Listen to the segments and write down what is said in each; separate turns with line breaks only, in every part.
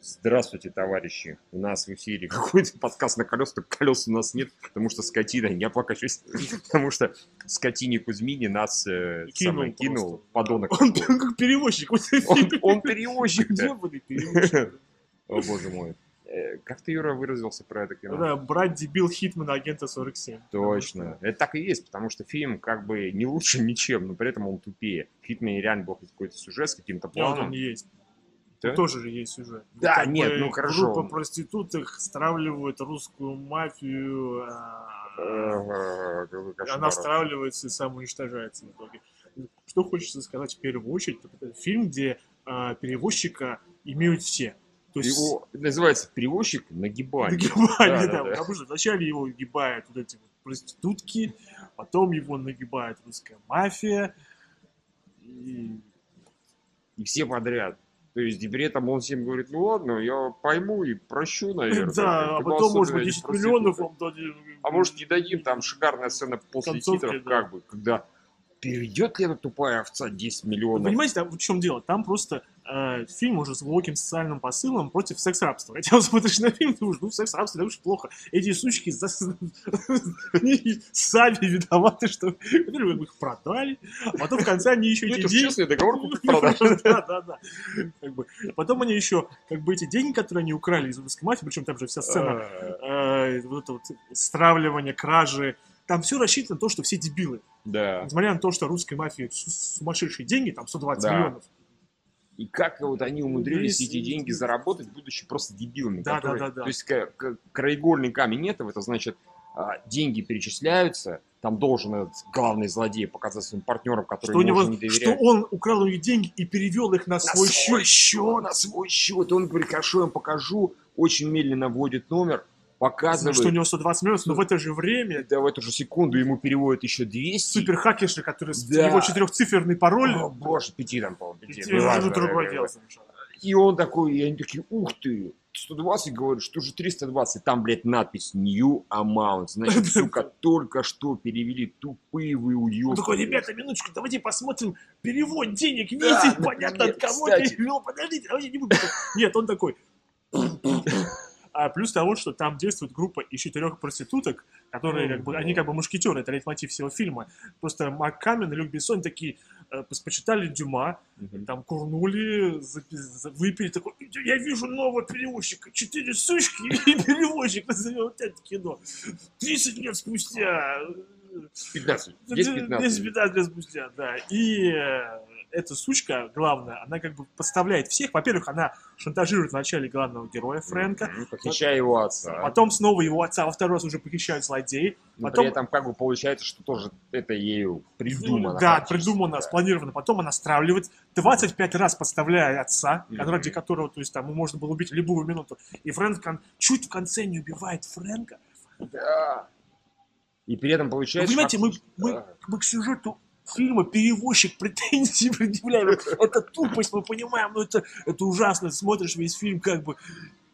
Здравствуйте, товарищи. У нас в эфире какой-то подкаст на колес, только колес у нас нет, потому что скотина, я покачусь, потому что скотине Кузьмини нас э,
Кинул
самое, кинул
просто.
подонок.
Он прям как перевозчик. вот это
Он,
фильм.
он перевозчик.
Где
да.
были перевозчики?
О, боже мой. Э, Как ты, Юра, выразился про это кино?
Да, брат дебил Хитмана агента 47.
Точно. Это так и есть, потому что фильм как бы не лучше ничем, но при этом он тупее. В Хитмане реально был хоть какой-то сюжет с каким-то
Да, он
планом.
есть.
Да?
Ну, Тоже же есть сюжет.
Да,
Как
нет,
бы
ну, хорошо.
Группа проституток стравливает русскую мафию. а,
Э,
и
кошмар.
Она стравливается и самоуничтожается в итоге. Что хочется сказать в первую очередь, так это фильм, где а, перевозчика имеют все. То есть
Его называется перевозчик нагибание.
Нагибание,
Да,
да,
да, да.
потому что вначале его нагибают вот эти вот проститутки, потом его нагибает русская мафия. И
И все подряд. То есть, и при этом он всем говорит, ну ладно, я пойму и прощу, наверное.
да, а
Ты был
потом, может
особенно
быть, 10
этим
миллионов
проститутом.
он дадим.
А может, не дадим, там шикарная сцена после
Концовки,
титров,
да.
как бы, когда перейдет ли эта тупая овца 10
Вы
миллионов?
Ну, понимаете, там в чем дело? Там просто э, фильм уже с глубоким социальным посылом против секс-рабства. Хотя вот смотришь на фильм, думаешь, ну секс-рабство, это очень плохо. Эти сучки за- они сами виноваты, что во-первых, мы их продали, а потом в конце они еще
Ну,
эти
это же
деньги-
честный договор купить-продаж.
Да, да, да. Как бы. Потом они еще, как бы эти деньги, которые они украли из русской мафии, причем там же вся сцена,
А,
э, вот это вот стравливание, кражи, там все рассчитано на то, что все дебилы.
Да.
Несмотря на то, что русской мафии су- сумасшедшие деньги, там 120
Да.
миллионов.
И как вот они умудрились
Ну, Есть-
эти деньги заработать, будучи просто дебилами.
Да, да,
которые-
да, да.
То есть ка- ка- краеугольный камень этого, это значит, а, деньги перечисляются, там должен этот главный злодей показать своим партнерам, которые
Что, у него,
не
что
доверяют.
он украл у них деньги и перевел их на, свой счет.
счет, на свой счет. Он говорит, хорошо, я вам покажу. Очень медленно вводит номер, показывает.
Что у него 120 миллионов, но в это же время
Да, в эту же секунду ему переводят еще 200.
суперхакерши, которые с-
Да.
его четырехциферный пароль,
О, боже, пяти там, по-моему,
и
пяти.
тебе
Ну,
уже
ладно,
другое
да,
дело
да.
совершенно.
И он такой, и они такие, ух ты, 120, говорю, что же 320? Там, блядь, надпись New Amount. Значит, сука, только что перевели тупые вы
Он
уёбки.
такой, ребята, минуточку, давайте посмотрим перевод денег,
Да,
видите,
да,
понятно,
нет,
от кого
кстати.
перевел, подождите, давайте не буду. Нет, он такой. А плюс того, что там действует группа из четырех проституток, которые как бы, они как бы мушкетеры, это лейтмотив всего фильма. Просто Марк Камен и Люк Бессон такие э, пос- почитали Дюма,
Мгм.
там курнули, запи- за- выпили, такой, я вижу нового перевозчика, четыре сучки и перевозчик, назовем вот это кино. 30 лет спустя, э,
15. Здесь 15.
10-15 лет спустя, да. И э, эта сучка, главная, она как бы подставляет всех. Во-первых, она шантажирует вначале главного героя Фрэнка,
Мгм. Похищая его отца.
потом снова его отца, во второй раз уже похищают злодеи.
Но
потом-
при этом как бы получается, что тоже это ею придумано.
Да,
фактически,
придумано,
да.
спланировано. Потом она стравливает, 25 раз подставляя отца,
Мгм.
ради которого, то есть там, можно было убить в любую минуту. И Фрэнк кон- чуть в конце не убивает Фрэнка.
Да. И при этом
Вы
получается...
понимаете, мы,
фактически-
мы
Да.
мы к сюжету фильма перевозчик претензий предъявляем. Это тупость, мы понимаем, но это, это ужасно. Смотришь весь фильм, как бы...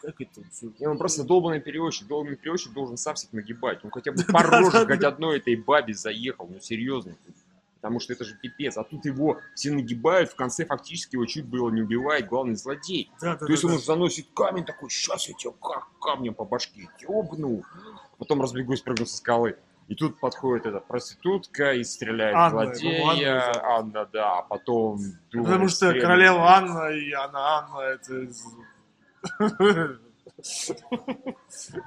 Как это всё?
Не, он просто долбанный перевозчик. Долбанный перевозчик должен сам всех нагибать. Ну, хотя бы
Да,
по
да,
роже
да.
хоть одной этой бабе заехал. Ну, серьезно. Потому что это же пипец. А тут его все нагибают. В конце фактически его чуть было не убивает главный злодей.
Да, да,
То есть
да,
он
да.
уже заносит камень такой, сейчас я тебя как камнем по башке ёбну. Потом разбегусь, прыгну со скалы. И тут подходит эта проститутка и стреляет в
Анна,
злодея.
по-моему, Анна
Анна,
зовут.
да. А потом... думает,
Потому что
стрелять.
королева Анна и она Анна, это... из-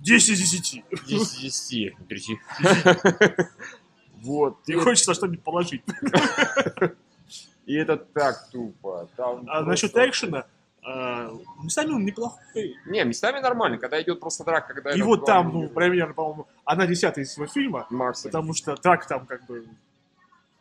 10 из 10.
10 10. Кричи. Вот.
Мне хочется на что-нибудь положить.
И это так тупо. Там
А
просто-
насчет экшена, а, местами он неплохой.
Не, местами нормально, когда идет просто драка, когда...
И
этот
вот там,
главный
ну,
герой-
примерно, по-моему, одна десятая из всего фильма,
Макс.
потому что так там как бы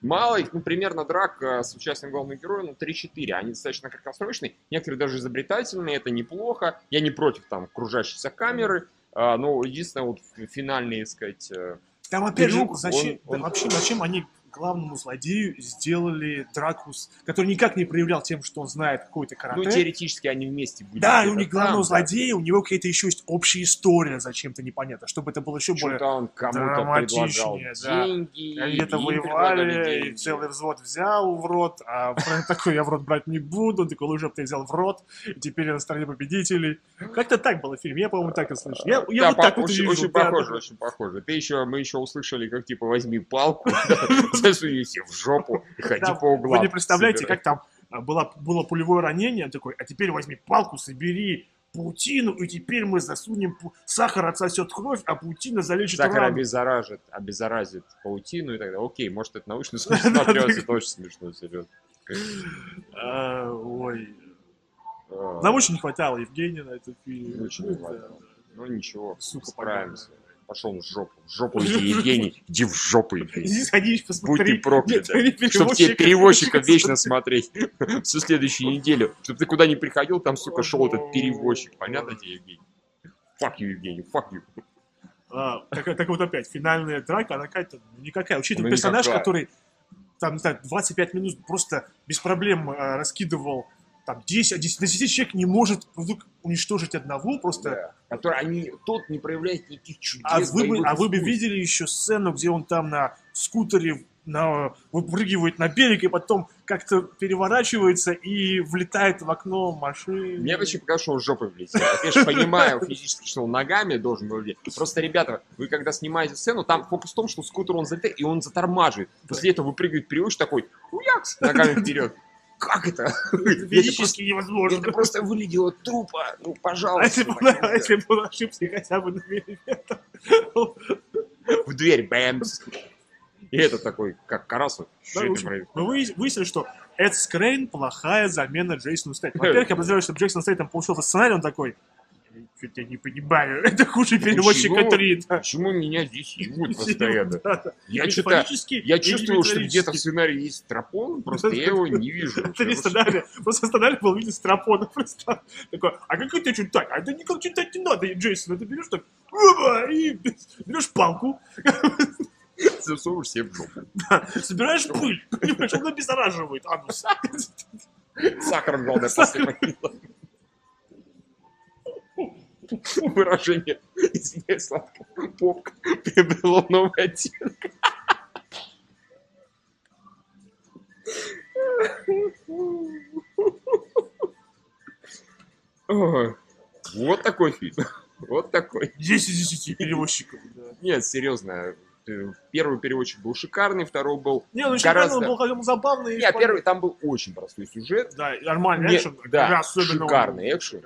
Мало их, ну, примерно драк э, с участием главного героя, ну, 3-4. Они достаточно краткосрочные, некоторые даже изобретательные, это неплохо. Я не против, там, кружащейся камеры, а, но единственное, вот ф- финальный, так сказать... э,
Там опять же,
Трюк,
зачем,
он- он-
да вообще, зачем они главному злодею сделали Дракус, который никак не проявлял тем, что он знает какой-то карате.
Ну, теоретически они вместе были.
да, и
где-то
у них
там,
главного
да.
злодея, у него какая-то еще есть общая история зачем-то непонятно, чтобы это было еще более...
Что-то он кому-то предлагал
драматичнее, да.
деньги,
Они
им
где-то
предлагали
воевали, и
деньги.
целый взвод взял в рот, а Фрэнк такой, я в рот брать не буду, он такой, лучше бы ты взял в рот, и теперь я на стороне победителей. Как-то так было в фильме, я, по-моему, так и слышал. Я, я
Да,
вот так
по-
вот
очень,
вижу,
очень
да,
похоже,
да.
очень похоже. Ты еще, мы еще услышали, как типа возьми палку, да, засунь ее себе в жопу и ходи
Да,
по углам.
Вы не представляете,
собирай.
как там а, было, было пулевое ранение, он такой, а теперь возьми палку, собери паутину, и теперь мы засунем, пу- сахар отсосет кровь, а паутина залечит
Сахар
рану.
обеззаражит, обеззаразит паутину и так далее. Окей, может, это научно
Да,
смешно,
да.
придется, это очень смешно, серьезно.
А, Ой.
А,
Нам очень не хватало Евгения на этот фильм.
Очень не
Да,
хватало.
да.
Ну ничего,
Сука,
справимся. Пошел в жопу, в жопу иди, Евгений, иди в жопу, Евгений.
Иди сходи, посмотри.
Будь ты проклят,
Нет, они
Чтоб тебе
перевозчика-
перевозчика вечно смотреть всю следующую неделю. Чтоб ты куда ни приходил, там, сука, шел этот перевозчик. Понятно тебе, Евгений? Fuck you, Евгений, fuck you.
А, так, так вот опять, финальная драка, она какая-то никакая. Учитывая
Ну,
персонаж,
никакая.
который там, не знаю, 25 минут просто без проблем э, раскидывал там 10, 10, на 10 человек не может вдруг уничтожить одного просто.
Да. Который они, тот не проявляет никаких чудес.
А вы, бы,
боевых
а вы бы
искусств.
видели еще сцену, где он там на скутере на, выпрыгивает на берег и потом как-то переворачивается и влетает в окно машины.
Мне вообще показалось, что он жопой влетел. Я, конечно, понимаю физически, что он ногами должен был влететь. Просто, ребята, вы когда снимаете сцену, там фокус в том, что скутер он залетает, и он затормаживает. После этого выпрыгивает перевыш такой, хуякс, ногами вперед. Как это? Я
Это
это просто-
физически невозможно.
Это просто выглядело тупо. Ну,
А
пожалуйста.
если бы, он- а если бы он ошибся хотя бы на миллиметр?
В дверь, бэмс. И это такой, как Карасов.
Да,
Что
в
это
общем,
происходит?
Мы выяс- Ну, выяснили, что Эд Скрейн плохая замена Джейсону Стэйту.
Хм.
Во-первых, я подозреваю, что Джейсон Стэйтом получил этот сценарий, он такой, что-то я не понимаю, это хуже переводчика
Ничего.
3.
Почему меня здесь ебут постоянно? Я читаю.
Я
Я чувствовал, что где-то в сценарии есть тропон, просто я его не вижу.
Это не сценарий, просто сценарий был в виде стропона просто. Такой, а как это читать? А это никак читать не надо, И Джейсон. Это берешь так, «Опа!» и берешь палку,
Засовываешь себе в жопу.
собираешь пыль, понимаешь, он обеззараживает А, ну, анус.
Сахаром, главное, посыпать. Выражение «Извиняюсь, сладко, попка» приобрело новый оттенок. Ой, Вот такой фильм. Вот такой.
10 из 10 перевозчиков. да.
Нет, серьезно. э, Первый переводчик был шикарный, второй был...
Не, ну еще
Гораздо.
он был как бы забавный. и
Не,
вполне-
первый там был очень простой сюжет.
Да, и нормальный
Не,
экшен.
да,
да, особенно
шикарный
он-
экшен.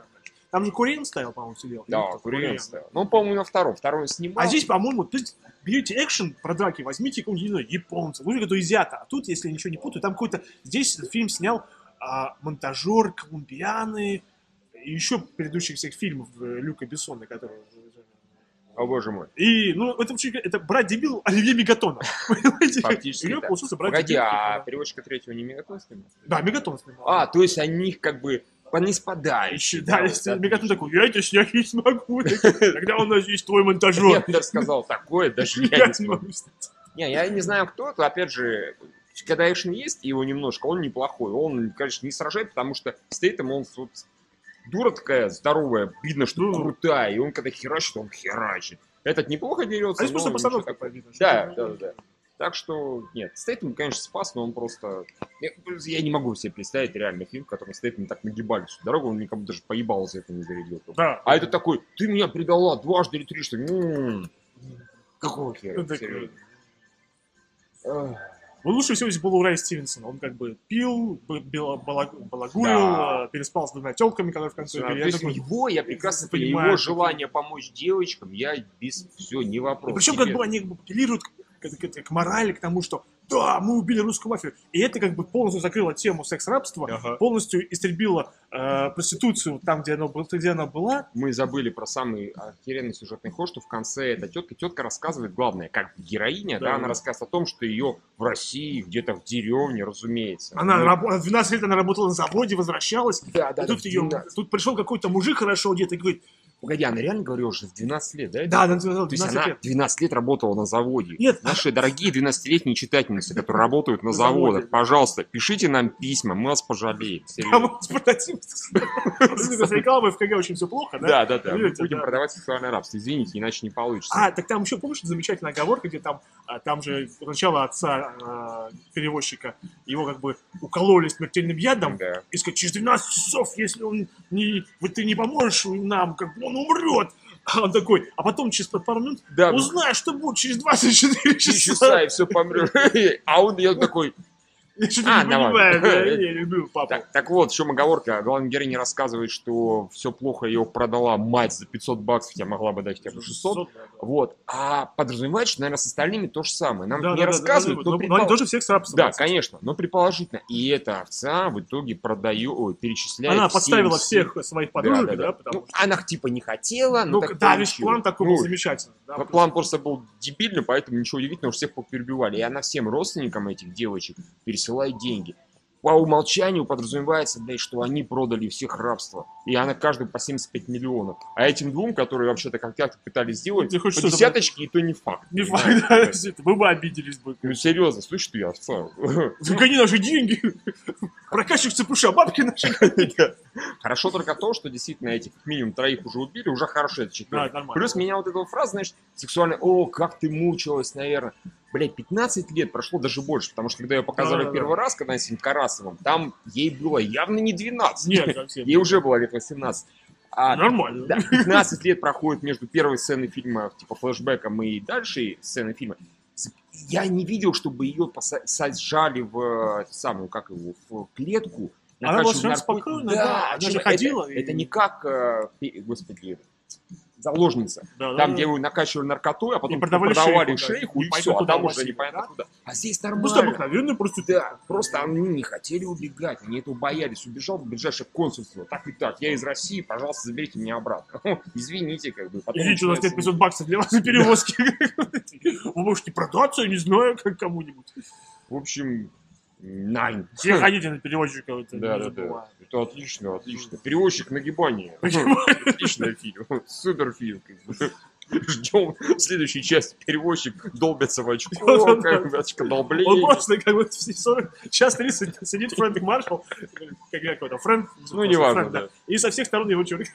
Там же Курин стоял, по-моему, сидел.
Да,
Или кто?
Куриен ставил. Ну, по-моему, на втором. Второй снимал.
А здесь, по-моему, то есть берете экшен про драки, возьмите какого-нибудь, не знаю, японца, лучше какого-то изята. А тут, если я ничего не путаю, там какой-то... Здесь фильм снял а, монтажер колумбианы и еще предыдущих всех фильмов э, Люка Бессона, которые...
О, боже мой.
И, ну, это, вообще, это брат дебил Оливье Мегатона. Понимаете?
Фактически,
У него
да.
получился брат
Погоди,
дебил.
а переводчика третьего не Мегатон снимал?
Да, Мегатон снимал.
А, то есть они как бы пониспадающие.
Еще, да, если Мегатон такой, я это снять не смогу, тогда у нас есть твой
Я
монтажер.
бы даже сказал такое, даже я
Я
не
не
смогу.
могу снять.
Не, я не знаю, кто это. Опять же, когда экшен есть, и его немножко, он неплохой. Он, конечно, не сражает, потому что Стейтем, он вот дура такая здоровая, видно, что
Ну.
крутая. И он когда херачит, он херачит. Этот неплохо
А
дерется,
здесь
но
просто
ничего
постановка
такого.
видно, что-
Да, да, да. Так что, нет, Стейтем, конечно, спас, но он просто... Я, я не могу себе представить реальный фильм, в котором Стейтем так нагибали всю дорогу, он никому даже поебал за это не зарядил.
Да.
А это такой, ты меня предала дважды или трижды. М, Какого хера?
Ну, так,
серьезно? Эх.
Ну, лучше всего здесь был у Рая Стивенсона. Он как бы пил, б- бела- балаг-
Да.
балагурил, э, переспал с двумя телками, которые в конце
а, То
были. Я
есть
такой,
его, я прекрасно
понимаю,
понимаю, его
что-
желание помочь девочкам, я без... Все, не вопрос.
Причем как бы они как бы апеллируют к, к- к- к морали, к тому, что да, мы убили русскую мафию. И это как бы полностью закрыло тему секс-рабства,
Ага.
полностью истребило э, проституцию там, где она, был- где она была.
мы забыли про самый охеренный сюжетный ход, что в конце эта тетка, тетка рассказывает главное, как героиня, да,
Да.
она рассказывает о том, что ее в России, где-то в деревне, разумеется.
Она
ну,
рабо- 12 лет она работала на заводе, возвращалась.
да, да,
И тут,
да,
ее,
да.
тут пришел какой-то мужик хорошо одетый и говорит,
Погоди, она реально говорила, что в 12 лет, да?
Да, она сказала,
То есть
12
она
лет.
12 лет работала на заводе.
Нет.
Наши дорогие 12-летние читательницы, которые работают на
На заводе.
заводах, пожалуйста, пишите нам письма, мы вас пожалеем. серьезно.
Кому с противностью? С рекламой в КГ очень все плохо, да?
Да, да, да. Мы
Понимаете,
будем
да.
продавать сексуальное рабство. Извините, иначе не получится.
А, так там еще, помнишь, замечательная оговорка, где там, а, там же сначала отца э, перевозчика, его как бы укололи смертельным ядом,
Да.
и сказать, через 12 часов, если он не, вот ты не поможешь нам, как бы он умрет. А он такой, а потом через пару минут
Да, ну,
узнаешь, что будет через 24
три
часа.
часа и все помрешь. А он я такой,
Я что-то
А,
не
давай.
понимаю, да, я люблю папу.
Так, так вот, в чем оговорка. Главная героиня рассказывает, что все плохо, ее продала мать за 500 баксов, я могла бы дать хотя бы 600.
да, да.
Вот. А подразумевает, что, наверное, с остальными то же самое. Нам
Да,
не
да, да,
рассказывают,
да, да,
но,
но,
предпо-
но они тоже всех с рабством.
Да, конечно, но предположительно. И эта овца в итоге продает, ой, перечисляет
Она
всем
подставила
всем.
всех своих
Да,
подружек,
да,
да,
да.
потому
Ну,
что...
она типа не хотела, но
Ну,
так
да, весь
получилось.
план такой
Ну,
был замечательный. да.
но план просто был дебильный, поэтому ничего удивительного, всех перебивали. И она всем родственникам этих девочек пересылает деньги. По умолчанию подразумевается, блядь, что они продали всех рабство. И она каждому по 75 миллионов. А этим двум, которые вообще-то как-то пытались сделать,
Ты
по
хоть что-то-
десяточке, и то не факт.
Не
понимаешь?
факт, да, если это вы бы обиделись бы.
Ну, серьезно, слышишь, ты овца.
Гони наши деньги. Прокачивай цепуша, бабки наши.
Да. Хорошо только то, что действительно этих минимум троих уже убили, уже хорошо это четверо.
Да, нормально.
Плюс меня вот эта вот фраза, знаешь, сексуальная, о, как ты мучилась, наверное. Блять, 15 лет прошло даже больше, потому что когда ее показали
Да-да-да.
первый раз, когда она с Карасовым, там ей было явно не 12.
Нет, как все.
Ей уже было лет 18. А
Нормально.
да, 15 лет проходит между первой сценой фильма, типа флешбеком, и дальше сцены фильма. Я не видел, чтобы ее поса- сажали в э, самую, как его, в клетку.
Она
накачивали
была совершенно
наркотиками.
спокойна, да, она
чем
же
это-
ходила
Это,
и-
не как, э, пи- господи, заложница.
Да, да,
Там,
да.
где его накачивали наркотой, а потом
И продавали
продавали
шейху, да,
шейху, и
и
все, а
пойду
там
туда
уже
возить,
непонятно
да? Ну,
куда. А здесь
Просто
нормально.
обыкновенный просто...
Да, просто они не хотели убегать, они этого боялись. Убежал в ближайшее консульство, так и так. Я из России, пожалуйста, заберите меня обратно. Извините, как бы. потом
Извините, у нас нет
начинается-
500 баксов для вас за перевозки. Вы можете продаться, я не знаю, как кому-нибудь.
Хм. В общем, найн.
Все ходите на перевозчика. вот,
Да,
не
да, да.
забывай.
Это отлично, отлично. Перевозчик нагибания. Отличный фильм. Супер фильм. как бы. Ждем следующей части. Перевозчик долбится в очко, как бы,
Он
очкодолбление.
просто как бы в 40, час 30 сидит Фрэнк Маршалл, как я какой-то, Фрэнк,
Ну, неважно,
Фрэнк,
да.
и со всех сторон его человек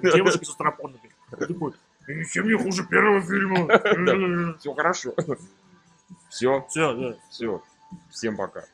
девушки с астропонами. Такой, «Да ничем не хуже первого фильма.
Все хорошо. Все,
Все, да.
все. Всем пока.